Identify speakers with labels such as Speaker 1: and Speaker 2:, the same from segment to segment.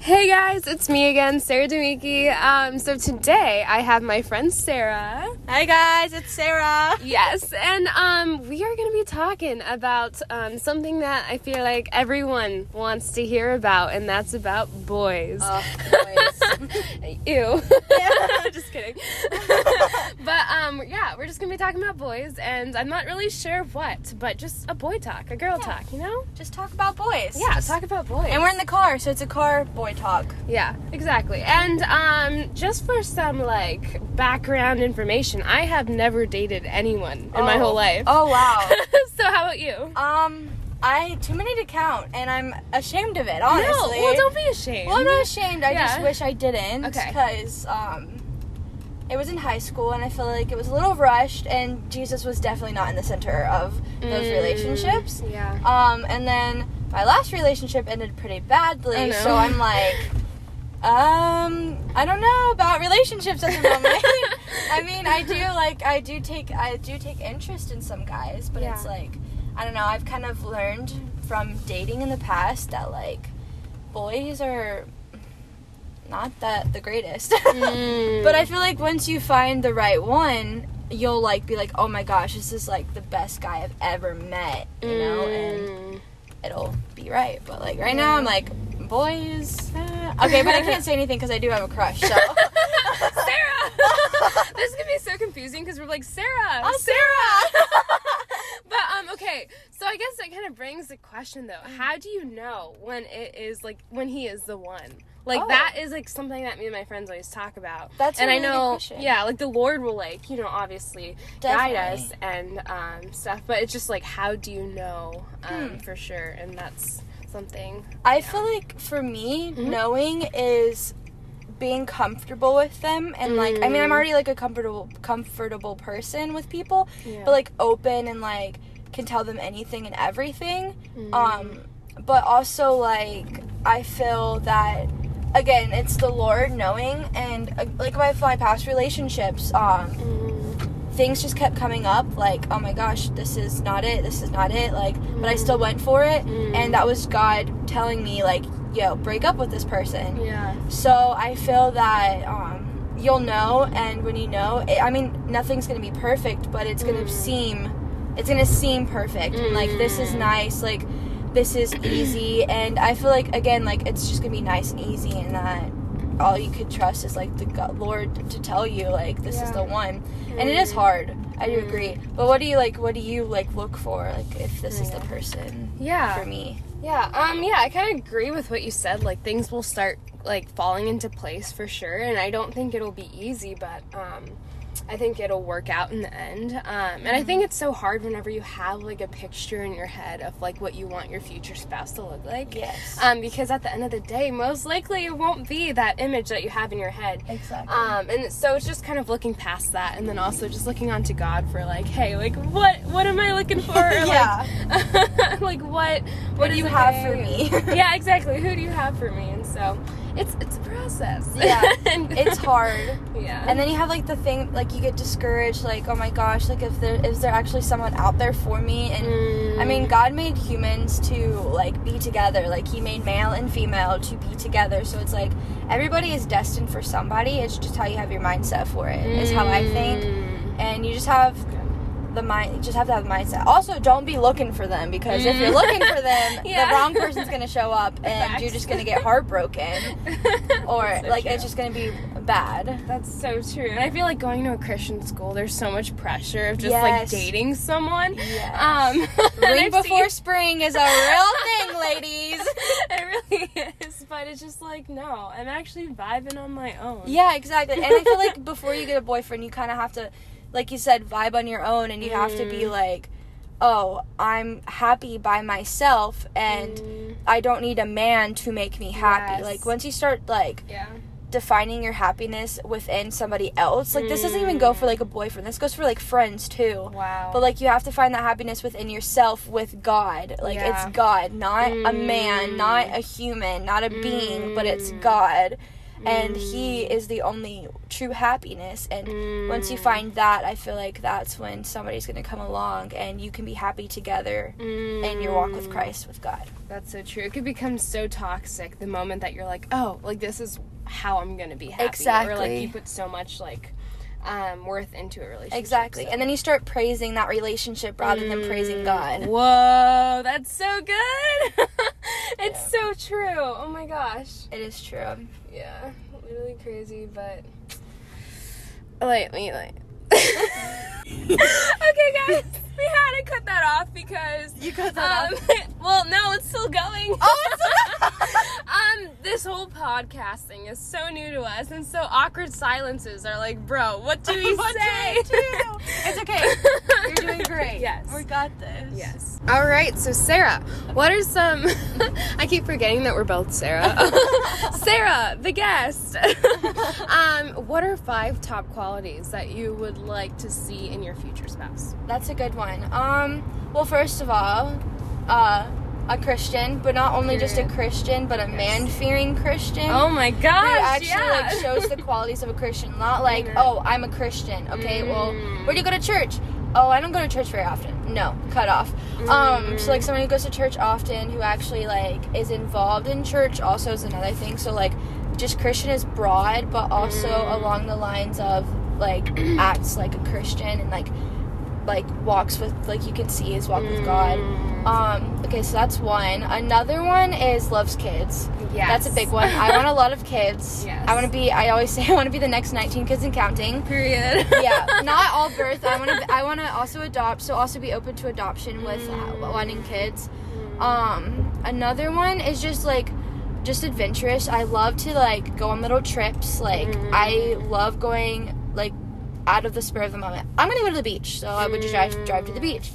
Speaker 1: Hey guys, it's me again, Sarah Demiki. Um, so today I have my friend Sarah.
Speaker 2: Hi guys, it's Sarah.
Speaker 1: Yes, and um, we are going to be talking about um, something that I feel like everyone wants to hear about, and that's about boys.
Speaker 2: Oh,
Speaker 1: Ew. just kidding. but um, yeah, we're just going to be talking about boys, and I'm not really sure what, but just a boy talk, a girl
Speaker 2: Yeah.
Speaker 1: talk, you know?
Speaker 2: Just talk about boys.
Speaker 1: Yeah, talk about boys.
Speaker 2: And we're in the car, so it's a car boy talk.
Speaker 1: Yeah, exactly. And um, just for some like background information, I have never dated anyone in my
Speaker 2: Oh.
Speaker 1: whole life.
Speaker 2: Oh wow.
Speaker 1: so how about you?
Speaker 2: um, I too many to count, and I'm ashamed of it. Honestly.
Speaker 1: No, well, don't be ashamed.
Speaker 2: Well, I'm not ashamed. I just
Speaker 1: Yeah.
Speaker 2: wish I didn't.
Speaker 1: Okay.
Speaker 2: Because um, it was in high school, and I feel like it was a little rushed, and Jesus was definitely not in the center of those
Speaker 1: Mm,
Speaker 2: relationships.
Speaker 1: Yeah.
Speaker 2: Um, and then my last relationship ended pretty badly,
Speaker 1: I know.
Speaker 2: so I'm like, um, I don't know about relationships at the moment. I mean, I do like I do take I do take interest in some guys, but it's
Speaker 1: Yeah.
Speaker 2: like I don't know. I've kind of learned from dating in the past that like boys are not that the greatest.
Speaker 1: Mm.
Speaker 2: But I feel like once you find the right one, you'll like be like, "Oh my gosh, this is like the best guy I've ever met," you know, and
Speaker 1: Mm.
Speaker 2: it'll be right. But like right now, I'm like, boys. uh, Okay, but I can't say anything because I do have a crush. So
Speaker 1: Sarah, this is gonna be so confusing because we're like Sarah,
Speaker 2: I'm
Speaker 1: Sarah.
Speaker 2: Sarah.
Speaker 1: But um, okay. So I guess that kind of brings the question though. How do you know when it is like when he is the one? Like
Speaker 2: Oh.
Speaker 1: that is like something that me and my friends always talk about.
Speaker 2: That's a
Speaker 1: and
Speaker 2: really
Speaker 1: I
Speaker 2: good
Speaker 1: know,
Speaker 2: question.
Speaker 1: yeah, like the Lord will like you know obviously guide us
Speaker 2: Definitely.
Speaker 1: and um stuff. But it's just like how do you know um
Speaker 2: Hmm.
Speaker 1: for sure? And that's something.
Speaker 2: I feel like for me,
Speaker 1: Mm-hmm.
Speaker 2: knowing is being comfortable with them and like I
Speaker 1: Mm.
Speaker 2: mean I'm already like a comfortable comfortable person with people,
Speaker 1: Yeah.
Speaker 2: but like open and like can tell them anything and everything. Um but also like I feel that again, it's the Lord knowing and uh, like my my past relationships um
Speaker 1: Mm,
Speaker 2: things just kept coming up like oh my gosh this is not it this is not it like but i still went for it
Speaker 1: Mm.
Speaker 2: and that was god telling me like yo break up with this person
Speaker 1: yeah.
Speaker 2: so i feel that um, you'll know and when you know it, i mean nothing's gonna be perfect but it's gonna
Speaker 1: Mm.
Speaker 2: seem it's gonna seem perfect and like this is
Speaker 1: Mm.
Speaker 2: nice like this is easy and i feel like again like it's just gonna be nice and easy and that all you could trust is like the God, lord to tell you like this is
Speaker 1: Yeah.
Speaker 2: the one and it is
Speaker 1: Mm.
Speaker 2: hard i do
Speaker 1: Mm.
Speaker 2: agree but what do you like what do you like look for like if this is the
Speaker 1: Yeah.
Speaker 2: person
Speaker 1: Yeah.
Speaker 2: for me
Speaker 1: Yeah, um, yeah, I kind of agree with what you said. Like things will start like falling into place for sure, and I don't think it'll be easy, but um, I think it'll work out in the end. Um, and I think it's so hard whenever you have like a picture in your head of like what you want your future spouse to look like.
Speaker 2: yes
Speaker 1: Um, because at the end of the day, most likely it won't be that image that you have in your head.
Speaker 2: exactly
Speaker 1: Um, and so it's just kind of looking past that, and then also just looking onto God for like, hey, like what what am I looking for? Or,
Speaker 2: Yeah.
Speaker 1: Like, like what
Speaker 2: what
Speaker 1: is
Speaker 2: do you
Speaker 1: it
Speaker 2: have
Speaker 1: that
Speaker 2: for
Speaker 1: I-
Speaker 2: me
Speaker 1: yeah, exactly. Who do you have for me? And so it's it's a process.
Speaker 2: Yeah.
Speaker 1: And-
Speaker 2: it's hard
Speaker 1: Yeah.
Speaker 2: and then you have like the thing like you get discouraged like oh my gosh like if there is there actually someone out there for me and I mean,
Speaker 1: Mm.
Speaker 2: God made humans to like be together. Like He made male and female to be together. So it's like everybody is destined for somebody. It's just how you have your mindset for it. Is how I think,
Speaker 1: Mm.
Speaker 2: and you just have the mind. You just have to have the mindset. Also, don't be looking for them because if you're
Speaker 1: Mm.
Speaker 2: looking for them,
Speaker 1: Yeah.
Speaker 2: the wrong person's gonna show up, and
Speaker 1: Facts.
Speaker 2: you're just gonna get heartbroken, or
Speaker 1: That's so
Speaker 2: like
Speaker 1: true.
Speaker 2: it's just gonna be bad.
Speaker 1: That's so true. And I feel like going to a Christian school, there's so much pressure of just
Speaker 2: Yes.
Speaker 1: like dating someone.
Speaker 2: Yes.
Speaker 1: Um, and
Speaker 2: Ring
Speaker 1: I've seen-
Speaker 2: before spring is a real thing, ladies.
Speaker 1: it really is, but it's just like no, I'm actually vibing on my own.
Speaker 2: Yeah, exactly. And I feel like before you get a boyfriend, you kind of have to, like you said, vibe on your own, and you have to be
Speaker 1: Mm.
Speaker 2: like, oh, I'm happy by myself, and
Speaker 1: Mm,
Speaker 2: I don't need a man to make me happy.
Speaker 1: Yes.
Speaker 2: Like once you start like
Speaker 1: yeah.
Speaker 2: defining your happiness within somebody else, like this doesn't even go for
Speaker 1: Mm.
Speaker 2: like a boyfriend. This goes for like friends too.
Speaker 1: Wow.
Speaker 2: But like you have to find that happiness within yourself with God. Like
Speaker 1: Yeah.
Speaker 2: it's God, not a man,
Speaker 1: Mm.
Speaker 2: not a human, not a being, but it's
Speaker 1: Mm.
Speaker 2: God. and he is the only true happiness and
Speaker 1: Mm.
Speaker 2: once you find that i feel like that's when somebody's going to come along and you can be happy together in your walk with christ with god
Speaker 1: Mm. That's so true. It could become so toxic the moment that you're like, oh, like this is how I'm gonna be happy. Or like
Speaker 2: Exactly.
Speaker 1: you put so much like um, worth into a relationship.
Speaker 2: exactly
Speaker 1: so-
Speaker 2: and then you start praising that relationship rather than
Speaker 1: Mm.
Speaker 2: praising god
Speaker 1: Whoa, that's so good. it's so true. Oh my gosh.
Speaker 2: it is true
Speaker 1: Yeah, literally crazy, but lightly, like. okay, guys, we had to cut that off because
Speaker 2: you got
Speaker 1: um, well, no, it's still going.
Speaker 2: Oh, it's
Speaker 1: um, this whole podcast thing is so new to us, and so awkward silences are like, bro, what do we
Speaker 2: What do
Speaker 1: say?
Speaker 2: we do? It's okay. You're doing great.
Speaker 1: Yes.
Speaker 2: We got this.
Speaker 1: Yes. All right. So Sarah, what are some? I keep forgetting that we're both Sarah. Sarah, the guest. um, what are five top qualities that you would like to see in your future spouse?
Speaker 2: That's a good one. Um, well, first of all, uh, a Christian, but not only just a
Speaker 1: Period.
Speaker 2: Christian, but a man-fearing Christian.
Speaker 1: my
Speaker 2: who
Speaker 1: gosh!
Speaker 2: actually like shows the qualities of a Christian, not like,
Speaker 1: Amen.
Speaker 2: oh, I'm a Christian. Okay, well,
Speaker 1: Mm.
Speaker 2: where do you go to church? Oh, I don't go to church very often. No, cut off. Um, so like someone who goes to church often, who actually like is involved in church, also is another thing. So like, just Christian is broad, but also along the lines of like acts like a Christian and like like walks with like you can see his walk with God. Um, okay, so that's one. Another one is loves kids.
Speaker 1: Yes.
Speaker 2: That's a big one. I want a lot of kids.
Speaker 1: Yes.
Speaker 2: I want to be. I always say I want to be the next 19 kids and counting.
Speaker 1: Period.
Speaker 2: Yeah, not all birth. I want to. I want to also adopt. So also be open to adoption with uh, wanting kids. Um, another one is just like, just adventurous. I love to like go on little trips. Like I love going like out of the spur of the moment. I'm gonna go to the beach, so I would just drive drive to the beach.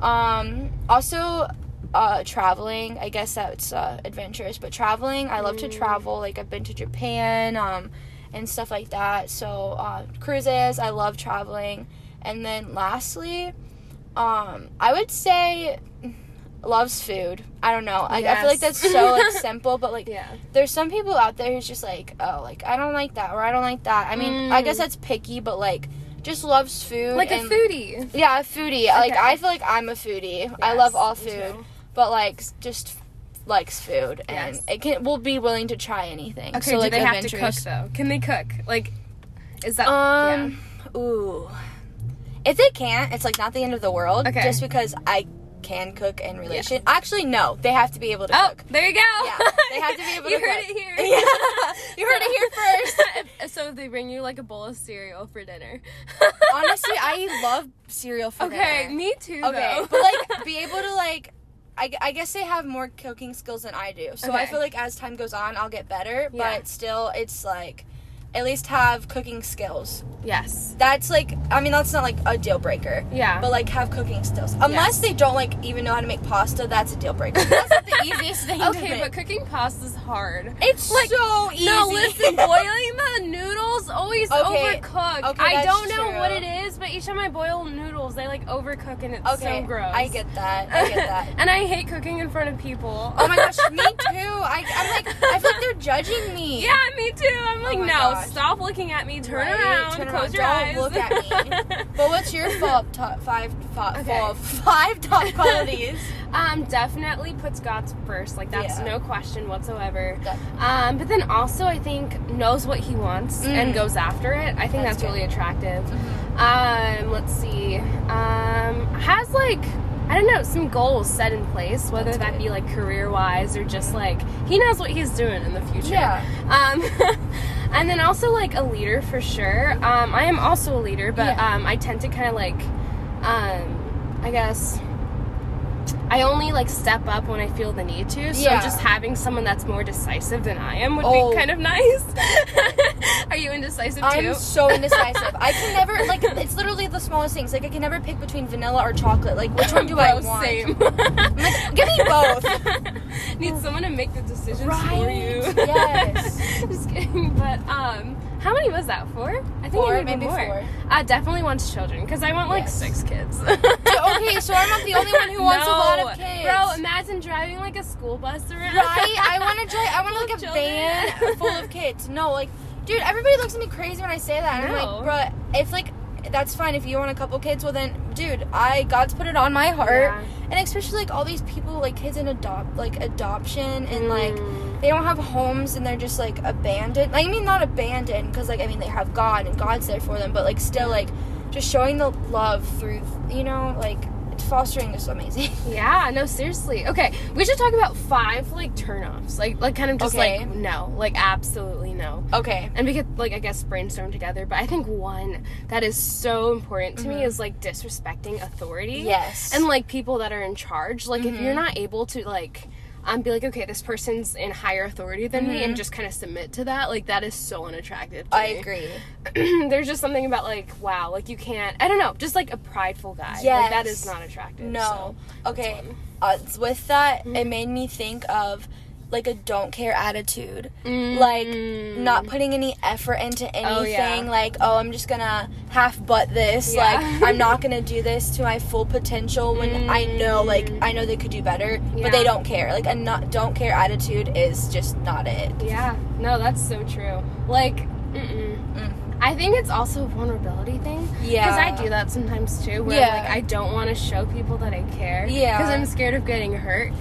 Speaker 2: Um, also, uh, traveling. I guess that's uh, adventurous, but traveling. I love to
Speaker 1: Mm.
Speaker 2: travel. Like I've been to Japan, um, and stuff like that. So uh, cruises. I love traveling. And then lastly, um, I would say loves food. I don't know. I, I feel like
Speaker 1: Yes.
Speaker 2: that's so like simple, but like
Speaker 1: Yeah.
Speaker 2: there's some people out there who's just like, oh, like I don't like that or I don't like that. I mean, I
Speaker 1: Mm.
Speaker 2: guess that's picky, but like just loves food.
Speaker 1: Like a
Speaker 2: and-
Speaker 1: foodie.
Speaker 2: yeah, a foodie. Like
Speaker 1: Okay.
Speaker 2: I feel like I'm a foodie. I
Speaker 1: Yes,
Speaker 2: love all
Speaker 1: me
Speaker 2: food,
Speaker 1: too.
Speaker 2: but like s- just likes food and
Speaker 1: Yes.
Speaker 2: it can will be willing to try anything.
Speaker 1: Okay.
Speaker 2: so
Speaker 1: do
Speaker 2: like
Speaker 1: they have to cook
Speaker 2: adventurous.
Speaker 1: though? Can they cook? Like, is that
Speaker 2: Um, ooh. If they can't, it's like not the end of the world.
Speaker 1: Okay.
Speaker 2: Just because I can cook in relation. Actually, no. They have to be able to
Speaker 1: Yeah. Oh,
Speaker 2: cook.
Speaker 1: there you go.
Speaker 2: Yeah, they have to be able
Speaker 1: you
Speaker 2: to
Speaker 1: heard
Speaker 2: cook.
Speaker 1: it here.
Speaker 2: Yeah, you heard it here first.
Speaker 1: first. so if they bring you like a bowl of cereal for dinner.
Speaker 2: Honestly, I love cereal for
Speaker 1: Okay,
Speaker 2: dinner.
Speaker 1: me too.
Speaker 2: Okay,
Speaker 1: though.
Speaker 2: but like be able to like. I, gu- I guess they have more cooking skills than I do. So I
Speaker 1: Okay.
Speaker 2: feel like as time goes on, I'll get better.
Speaker 1: Yeah.
Speaker 2: But still, it's like at least have cooking skills.
Speaker 1: yes,
Speaker 2: That's like, I mean, that's not like a deal breaker.
Speaker 1: yeah,
Speaker 2: but like have cooking skills. Unless they don't like even know how to make pasta, that's a deal breaker. That's not the easiest thing. to
Speaker 1: okay,
Speaker 2: make.
Speaker 1: but cooking pasta is hard.
Speaker 2: it's
Speaker 1: like-
Speaker 2: so easy.
Speaker 1: No, listen, boiling the noodles always
Speaker 2: Okay,
Speaker 1: overcook.
Speaker 2: okay,
Speaker 1: I
Speaker 2: that's
Speaker 1: don't know
Speaker 2: true.
Speaker 1: what it is, but each time I boil noodles, they like overcook and it's
Speaker 2: okay,
Speaker 1: so gross.
Speaker 2: I get that. I get that.
Speaker 1: and I hate cooking in front of people.
Speaker 2: oh my gosh, me too. I, I'm like, I feel like they're judging me.
Speaker 1: Yeah, me too. I'm like,
Speaker 2: Oh my
Speaker 1: no,
Speaker 2: gosh.
Speaker 1: stop looking at me. Turn
Speaker 2: Right,
Speaker 1: around.
Speaker 2: turn
Speaker 1: close
Speaker 2: around,
Speaker 1: your
Speaker 2: don't
Speaker 1: eyes.
Speaker 2: look
Speaker 1: at
Speaker 2: But what's your top top five top
Speaker 1: Okay.
Speaker 2: full- five top qualities?
Speaker 1: Um, definitely puts God's first. Like that's
Speaker 2: Yeah.
Speaker 1: no question whatsoever.
Speaker 2: Definitely.
Speaker 1: Um, but then also I think knows what he wants
Speaker 2: Mm.
Speaker 1: and goes after it. I think that's,
Speaker 2: That's good. Mm-hmm.
Speaker 1: really attractive. Um, let's see. Um, has like I don't know some goals set in place, whether
Speaker 2: That's
Speaker 1: that
Speaker 2: good.
Speaker 1: be like career wise or just like he knows what he's doing in the future.
Speaker 2: Yeah.
Speaker 1: Um, and then also like a leader for sure. Um, I am also a leader, but
Speaker 2: Yeah.
Speaker 1: um, I tend to kind of like, um, I guess. I only like step up when I feel the need to. So
Speaker 2: Yeah.
Speaker 1: just having someone that's more decisive than I am would
Speaker 2: Oh.
Speaker 1: be kind of nice. Are you indecisive too?
Speaker 2: I'm so indecisive. I can never like it's literally the smallest things. Like I can never pick between vanilla or chocolate. Like which one do I
Speaker 1: Bro,
Speaker 2: want?
Speaker 1: Same.
Speaker 2: Like, give me both.
Speaker 1: Need someone to make the decisions for
Speaker 2: Right.
Speaker 1: you.
Speaker 2: Yes.
Speaker 1: Just kidding. But um, How many was that? Four? I think
Speaker 2: Four,
Speaker 1: I needed
Speaker 2: maybe
Speaker 1: more.
Speaker 2: four.
Speaker 1: I definitely wants children because I want like
Speaker 2: Yes.
Speaker 1: six kids.
Speaker 2: Okay, so I'm not the only one who wants a lot of
Speaker 1: No.
Speaker 2: kids.
Speaker 1: Bro, imagine driving like a school bus around.
Speaker 2: Right? I want to drive. I want
Speaker 1: Full
Speaker 2: like a
Speaker 1: of
Speaker 2: van
Speaker 1: children.
Speaker 2: full of kids. No, like, dude, everybody looks at me crazy when I say that. And I'm
Speaker 1: No.
Speaker 2: like, bro, if like that's fine if you want a couple kids, well then, dude, I God's put it on my heart,
Speaker 1: Yeah.
Speaker 2: and especially like all these people like kids in adopt like adoption and like
Speaker 1: Mm.
Speaker 2: they don't have homes and they're just like abandoned. Like, I mean, not abandoned because like I mean they have God and God's there for them, but like still like just showing the love through you know like fostering is amazing.
Speaker 1: Yeah, no, seriously. Okay, we should talk about five like turnoffs. Like, like kind of just
Speaker 2: Okay.
Speaker 1: like no, like absolutely no.
Speaker 2: Okay.
Speaker 1: And we could like I guess brainstorm together, but I think one that is so important to me is like disrespecting authority.
Speaker 2: Mm-hmm. Yes. Mm-hmm.
Speaker 1: And like people that are in charge. Like if you're not able to like um, be like, okay, this person's in higher authority than me, and just kind of submit to that. Like that is so unattractive. To
Speaker 2: Mm-hmm. I
Speaker 1: me.
Speaker 2: agree.
Speaker 1: There's just something about like, wow, like you can't. I don't know, just like a prideful guy. Like, that
Speaker 2: Yes.
Speaker 1: is not attractive.
Speaker 2: No. Okay.
Speaker 1: um, one. Mm-hmm.
Speaker 2: Uh, it's with that, it made me think of like a don't care attitude.
Speaker 1: so.
Speaker 2: Like
Speaker 1: Mm.
Speaker 2: not putting any effort into anything.
Speaker 1: Oh, yeah.
Speaker 2: Like, oh, I'm just gonna half butt this.
Speaker 1: Yeah.
Speaker 2: Like, I'm not gonna do this to my full potential when I know, like, I know they could do better,
Speaker 1: Mm-hmm. Yeah.
Speaker 2: but they don't care. Like a not don't care attitude is just not it.
Speaker 1: Yeah, no, that's so true. Like, mm-mm.
Speaker 2: Mm.
Speaker 1: I think it's also a vulnerability thing.
Speaker 2: Yeah.
Speaker 1: Because I do that sometimes too, where
Speaker 2: Yeah.
Speaker 1: like I don't want to show people that I care.
Speaker 2: Yeah.
Speaker 1: Because I'm scared of getting hurt.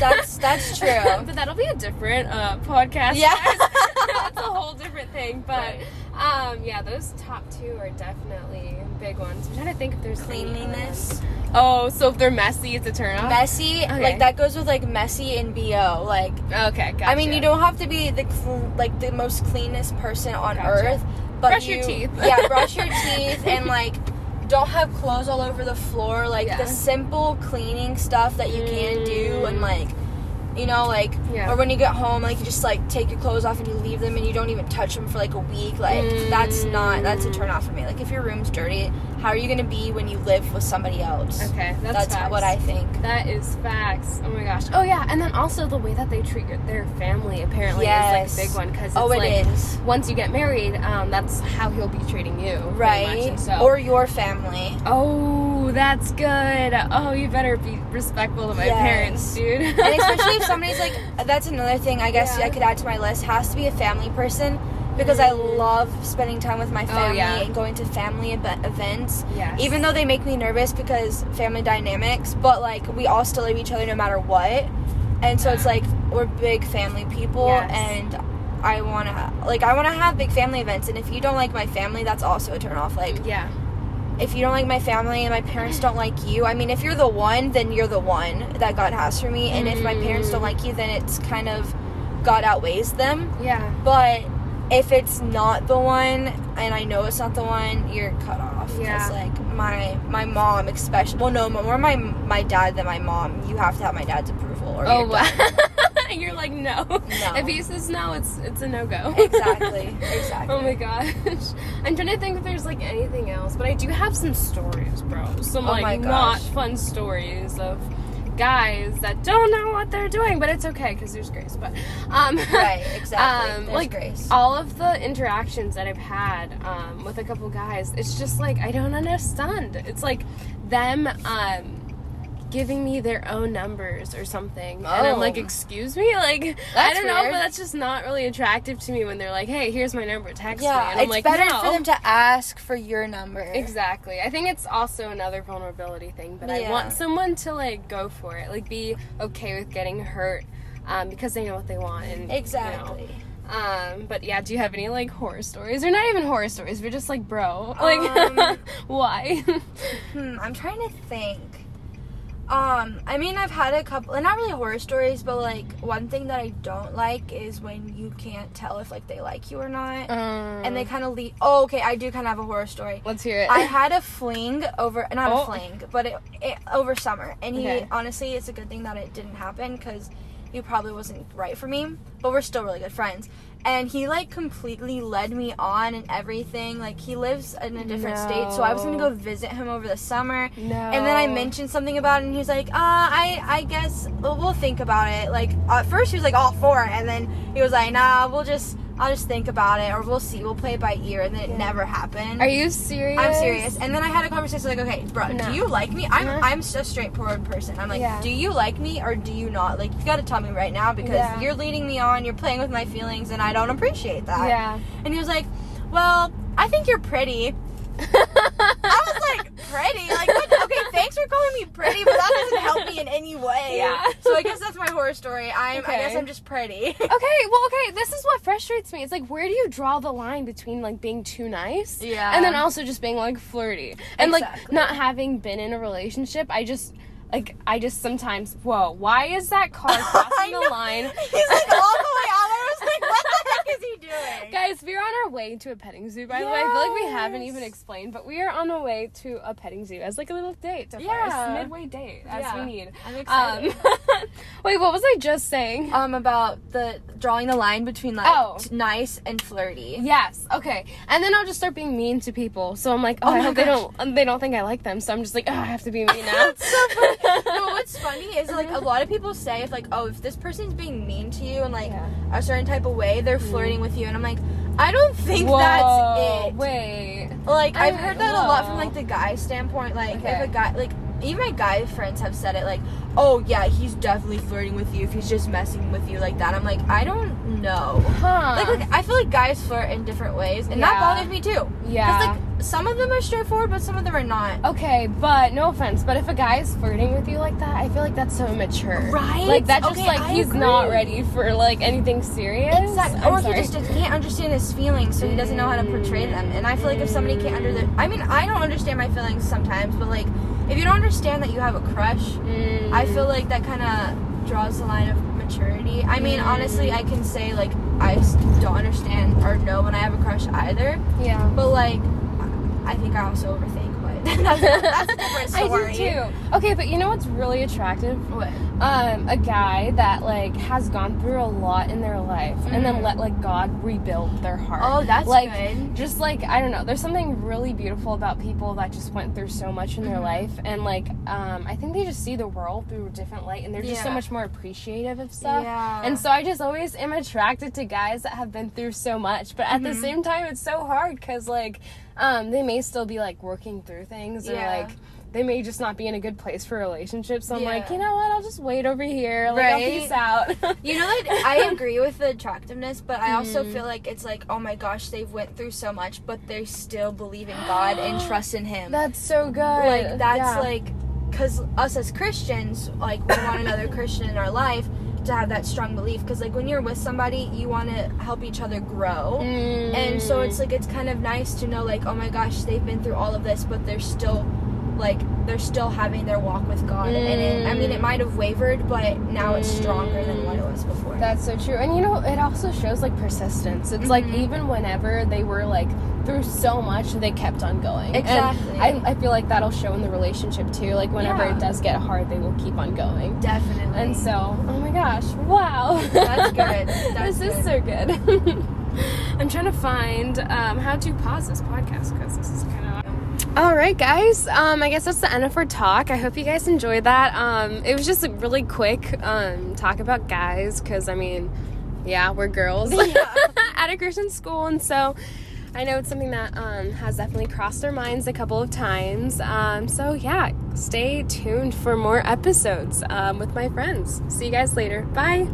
Speaker 2: that's that's true.
Speaker 1: but that'll be a different uh, podcast.
Speaker 2: Yeah.
Speaker 1: guys. that's a whole different thing. But um, yeah, those top two are definitely big ones. I'm trying to think if there's any other
Speaker 2: Cleanliness.
Speaker 1: ones. Oh, so if they're messy, it's a turnoff.
Speaker 2: Messy,
Speaker 1: Okay.
Speaker 2: like that goes with like messy and bo. Like
Speaker 1: okay, gotcha.
Speaker 2: I mean, you don't have to be the cl- like the most cleanest person on
Speaker 1: Gotcha.
Speaker 2: earth, but
Speaker 1: Brush your
Speaker 2: you-
Speaker 1: teeth.
Speaker 2: yeah, brush your teeth and like don't have clothes all over the floor. Like
Speaker 1: Yeah.
Speaker 2: the simple cleaning stuff that you can do, and
Speaker 1: Mm.
Speaker 2: like you know, like
Speaker 1: Yeah.
Speaker 2: or when you get home, like you just like take your clothes off and you leave them and you don't even touch them for like a week. Like that's not that's
Speaker 1: Mm.
Speaker 2: a turn off for me. Like if your room's dirty, how are you gonna be when you live with somebody else?
Speaker 1: Okay, that's,
Speaker 2: That's,
Speaker 1: facts.
Speaker 2: what I think.
Speaker 1: That is facts. Oh my gosh. Oh yeah, and then also the way that they treat your, their family apparently
Speaker 2: Yes.
Speaker 1: is like a big one because
Speaker 2: Oh, it is.
Speaker 1: like, once you get married, um, that's how he'll be treating you, pretty much,
Speaker 2: Right.
Speaker 1: and so,
Speaker 2: Or your family.
Speaker 1: oh, that's good. Oh, you better be respectful to my
Speaker 2: Yes.
Speaker 1: parents, dude.
Speaker 2: and especially if somebody's like that's another thing i guess
Speaker 1: Yeah.
Speaker 2: i could add to my list has to be a family person because i
Speaker 1: Mm.
Speaker 2: love spending time with my family
Speaker 1: Oh, yeah.
Speaker 2: and going to family ev- events
Speaker 1: yes.
Speaker 2: even though they make me nervous because family dynamics but like we all still love each other no matter what and so it's like we're big family people
Speaker 1: Yes.
Speaker 2: and i want to like i want to have big family events and if you don't like my family that's also a turn off like
Speaker 1: yeah,
Speaker 2: if you don't like my family and my parents don't like you, I mean, if you're the one, then you're the one that God has for me. And if my parents don't like you, then it's kind of God outweighs them.
Speaker 1: yeah,
Speaker 2: But if it's not the one, and I know it's not the one, you're cut off.
Speaker 1: Yeah.
Speaker 2: Because like my my mom, especially, well, no, more my my dad than my mom. You have to have my dad's approval. Or
Speaker 1: oh
Speaker 2: you're done.
Speaker 1: wow. And You're like no. If he says no, it's it's a no go.
Speaker 2: exactly, exactly.
Speaker 1: Oh my gosh. I'm trying to think if there's like anything else, but I do have some stories, bro. Some
Speaker 2: Oh
Speaker 1: like
Speaker 2: my
Speaker 1: not
Speaker 2: gosh.
Speaker 1: fun stories of guys that don't know what they're doing, but it's okay because there's grace. But um,
Speaker 2: Right, exactly.
Speaker 1: um,
Speaker 2: There's
Speaker 1: like
Speaker 2: grace.
Speaker 1: all of the interactions that I've had um, with a couple guys, it's just like I don't understand. It's like them um giving me their own numbers or something and
Speaker 2: Oh.
Speaker 1: i'm like excuse me like i
Speaker 2: That's
Speaker 1: don't know
Speaker 2: weird.
Speaker 1: but that's just not really attractive to me when they're like hey here's my number text
Speaker 2: yeah,
Speaker 1: and I'm
Speaker 2: it's
Speaker 1: like,
Speaker 2: better
Speaker 1: no.
Speaker 2: for them to ask for your number.
Speaker 1: Exactly. I think it's also another vulnerability thing, but
Speaker 2: Yeah.
Speaker 1: I want someone to like go for it, like be okay with getting hurt um, because they know what they want. And, you know.
Speaker 2: Exactly.
Speaker 1: Um, but yeah, do you have any like horror stories, or not even horror stories? We're just like, bro, like,
Speaker 2: Um,
Speaker 1: why?
Speaker 2: Hmm, I'm trying to think. Um, I mean, I've had a couple, and not really horror stories, but like one thing that I don't like is when you can't tell if like they like you or not, and they kind of leave. Oh, okay, I do kind of have a horror story.
Speaker 1: let's hear it.
Speaker 2: I had a fling over, not
Speaker 1: Oh.
Speaker 2: a fling, but it, it, over summer, and he
Speaker 1: Okay.
Speaker 2: honestly, it's a good thing that it didn't happen because he probably wasn't right for me. But we're still really good friends, and he like completely led me on and everything. Like he lives in a different state, so I was gonna
Speaker 1: No. Oh.
Speaker 2: go visit him over the summer.
Speaker 1: no.
Speaker 2: And then I mentioned something about it, and he's like, uh, I, I guess we'll, we'll think about it. Like, at first he was like all for it, and then he was like, nah, we'll just, I'll just think about it, or we'll see. We'll play it by ear, and then it never happened.
Speaker 1: Are you serious?
Speaker 2: I'm serious. And then I had a conversation like, okay, bro,
Speaker 1: No.
Speaker 2: do you like me? I'm
Speaker 1: Uh-huh.
Speaker 2: I'm a straightforward person. I'm like,
Speaker 1: Yeah.
Speaker 2: do you like me or do you not? Like, you got to tell me right now because
Speaker 1: Yeah.
Speaker 2: you're leading me on. You're playing with my feelings, and I don't appreciate that.
Speaker 1: Yeah.
Speaker 2: And he was like, well, I think you're pretty. I was like, pretty? Like, what? okay, thanks for calling me pretty, but that doesn't help me in any way.
Speaker 1: Yeah.
Speaker 2: So I guess that's my horror story. I'm, I guess
Speaker 1: Okay.
Speaker 2: I'm just pretty.
Speaker 1: Okay, well, okay, this is what frustrates me. It's like, where do you draw the line between like being too nice,
Speaker 2: Yeah.
Speaker 1: and then also just being like flirty and like
Speaker 2: Exactly.
Speaker 1: not having been in a relationship? I just like I just sometimes whoa, why is that car crossing the
Speaker 2: know.
Speaker 1: line?
Speaker 2: He's like all the way out. I was like, what the heck is he doing?
Speaker 1: Guys, we're on our way to a petting zoo. By the way, I feel like we haven't even
Speaker 2: Yes.
Speaker 1: explained, but we are on our way to a petting zoo as like a little date, a
Speaker 2: Yeah.
Speaker 1: midway date, as
Speaker 2: Yeah.
Speaker 1: we need.
Speaker 2: I'm
Speaker 1: Um,
Speaker 2: excited.
Speaker 1: wait, what was I just saying?
Speaker 2: Um, about the drawing the line between like
Speaker 1: Oh.
Speaker 2: t- nice and flirty.
Speaker 1: Yes. Okay. And then I'll just start being mean to people. So I'm like, oh,
Speaker 2: Oh
Speaker 1: I
Speaker 2: my
Speaker 1: hope they
Speaker 2: gosh.
Speaker 1: don't um, they don't think I like them. So I'm just like, oh, I have to be mean now.
Speaker 2: That's so funny. no, what's funny is like a lot of people say if like oh if this person's being mean to you in like
Speaker 1: Yeah.
Speaker 2: a certain type of way they're flirting with you and I'm like I don't think
Speaker 1: Whoa,
Speaker 2: that's it.
Speaker 1: Wait.
Speaker 2: Like
Speaker 1: I
Speaker 2: I've heard that a lot from
Speaker 1: know.
Speaker 2: like the guy standpoint. Like
Speaker 1: Okay.
Speaker 2: if a guy like even my guy friends have said it like, oh yeah, he's definitely flirting with you if he's just messing with you like that. I'm like, I don't know.
Speaker 1: Huh.
Speaker 2: Like, like I feel like guys flirt in different ways and
Speaker 1: Yeah.
Speaker 2: that bothers me too. 'Cause,
Speaker 1: yeah.
Speaker 2: like some of them are straightforward but some of them are not.
Speaker 1: okay, but no offense, but if a guy is flirting with you like that, I feel like that's so immature.
Speaker 2: Right?
Speaker 1: Like that just
Speaker 2: Okay,
Speaker 1: like
Speaker 2: I
Speaker 1: he's not
Speaker 2: agree.
Speaker 1: ready for like anything serious.
Speaker 2: Exactly.
Speaker 1: Oh, I'm
Speaker 2: Or if
Speaker 1: sorry.
Speaker 2: he just can't understand his feelings, so he doesn't know how to portray them. And I feel like if somebody can't under the, I mean, I don't understand my feelings sometimes, but like, if you don't understand that you have a crush,
Speaker 1: Mm.
Speaker 2: I feel like that kind of draws the line of maturity. I
Speaker 1: Mm.
Speaker 2: mean, honestly, I can say like I s- don't understand or know when I have a crush either,
Speaker 1: yeah.
Speaker 2: but like I think I also overthink. But that's, that's a different story.
Speaker 1: I do too. Okay, but you know what's really attractive
Speaker 2: What?
Speaker 1: um, a guy that like has gone through a lot in their life and then
Speaker 2: Mhm.
Speaker 1: let like God rebuild their heart.
Speaker 2: Oh, that's
Speaker 1: like
Speaker 2: good.
Speaker 1: just like I don't know. There's something really beautiful about people that just went through so much in their
Speaker 2: Mhm.
Speaker 1: life and like um, I think they just see the world through a different light and they're just so
Speaker 2: Yeah.
Speaker 1: much more appreciative of stuff.
Speaker 2: Yeah.
Speaker 1: And so I just always am attracted to guys that have been through so much, but at the
Speaker 2: Mhm.
Speaker 1: same time, it's so hard because like um, they may still be like working through things or
Speaker 2: Yeah.
Speaker 1: like they may just not be in a good place for relationships. So I'm like,
Speaker 2: Yeah.
Speaker 1: you know what? I'll just wait over here. Like, I'll
Speaker 2: Right?
Speaker 1: peace out.
Speaker 2: You know that I agree with the attractiveness, but I also
Speaker 1: Mm-hmm.
Speaker 2: feel like it's like, oh my gosh, they've went through so much, but they still believe in God and trust in Him.
Speaker 1: that's so good.
Speaker 2: like that's
Speaker 1: Yeah.
Speaker 2: like, because us as Christians, like we want another Christian in our life to have that strong belief. Because like when you're with somebody, you want to help each other grow.
Speaker 1: Mm.
Speaker 2: And so it's like it's kind of nice to know like oh my gosh they've been through all of this but they're still like they're still having their walk with God and it, I mean it might have wavered but now it's stronger than what it was before.
Speaker 1: That's so true. And you know, it also shows like persistence. It's like
Speaker 2: Mhm.
Speaker 1: even whenever they were like through so much, they kept on going.
Speaker 2: Exactly.
Speaker 1: And I, I feel like that'll show in the relationship too. Like whenever
Speaker 2: Yeah.
Speaker 1: it does get hard, they will keep on going.
Speaker 2: Definitely.
Speaker 1: And so, oh my gosh, wow.
Speaker 2: That's good. That's
Speaker 1: this is so good. I'm trying to find um, how to pause this podcast because this is um, kind of. All right, guys. Um, I guess that's the end of our talk. I hope you guys enjoyed that. Um, it was just a really quick um, talk about guys because, I mean, yeah, we're girls
Speaker 2: Yeah.
Speaker 1: at a Christian school. And so I know it's something that um, has definitely crossed our minds a couple of times. Um, so, yeah, stay tuned for more episodes um, with my friends. See you guys later. Bye.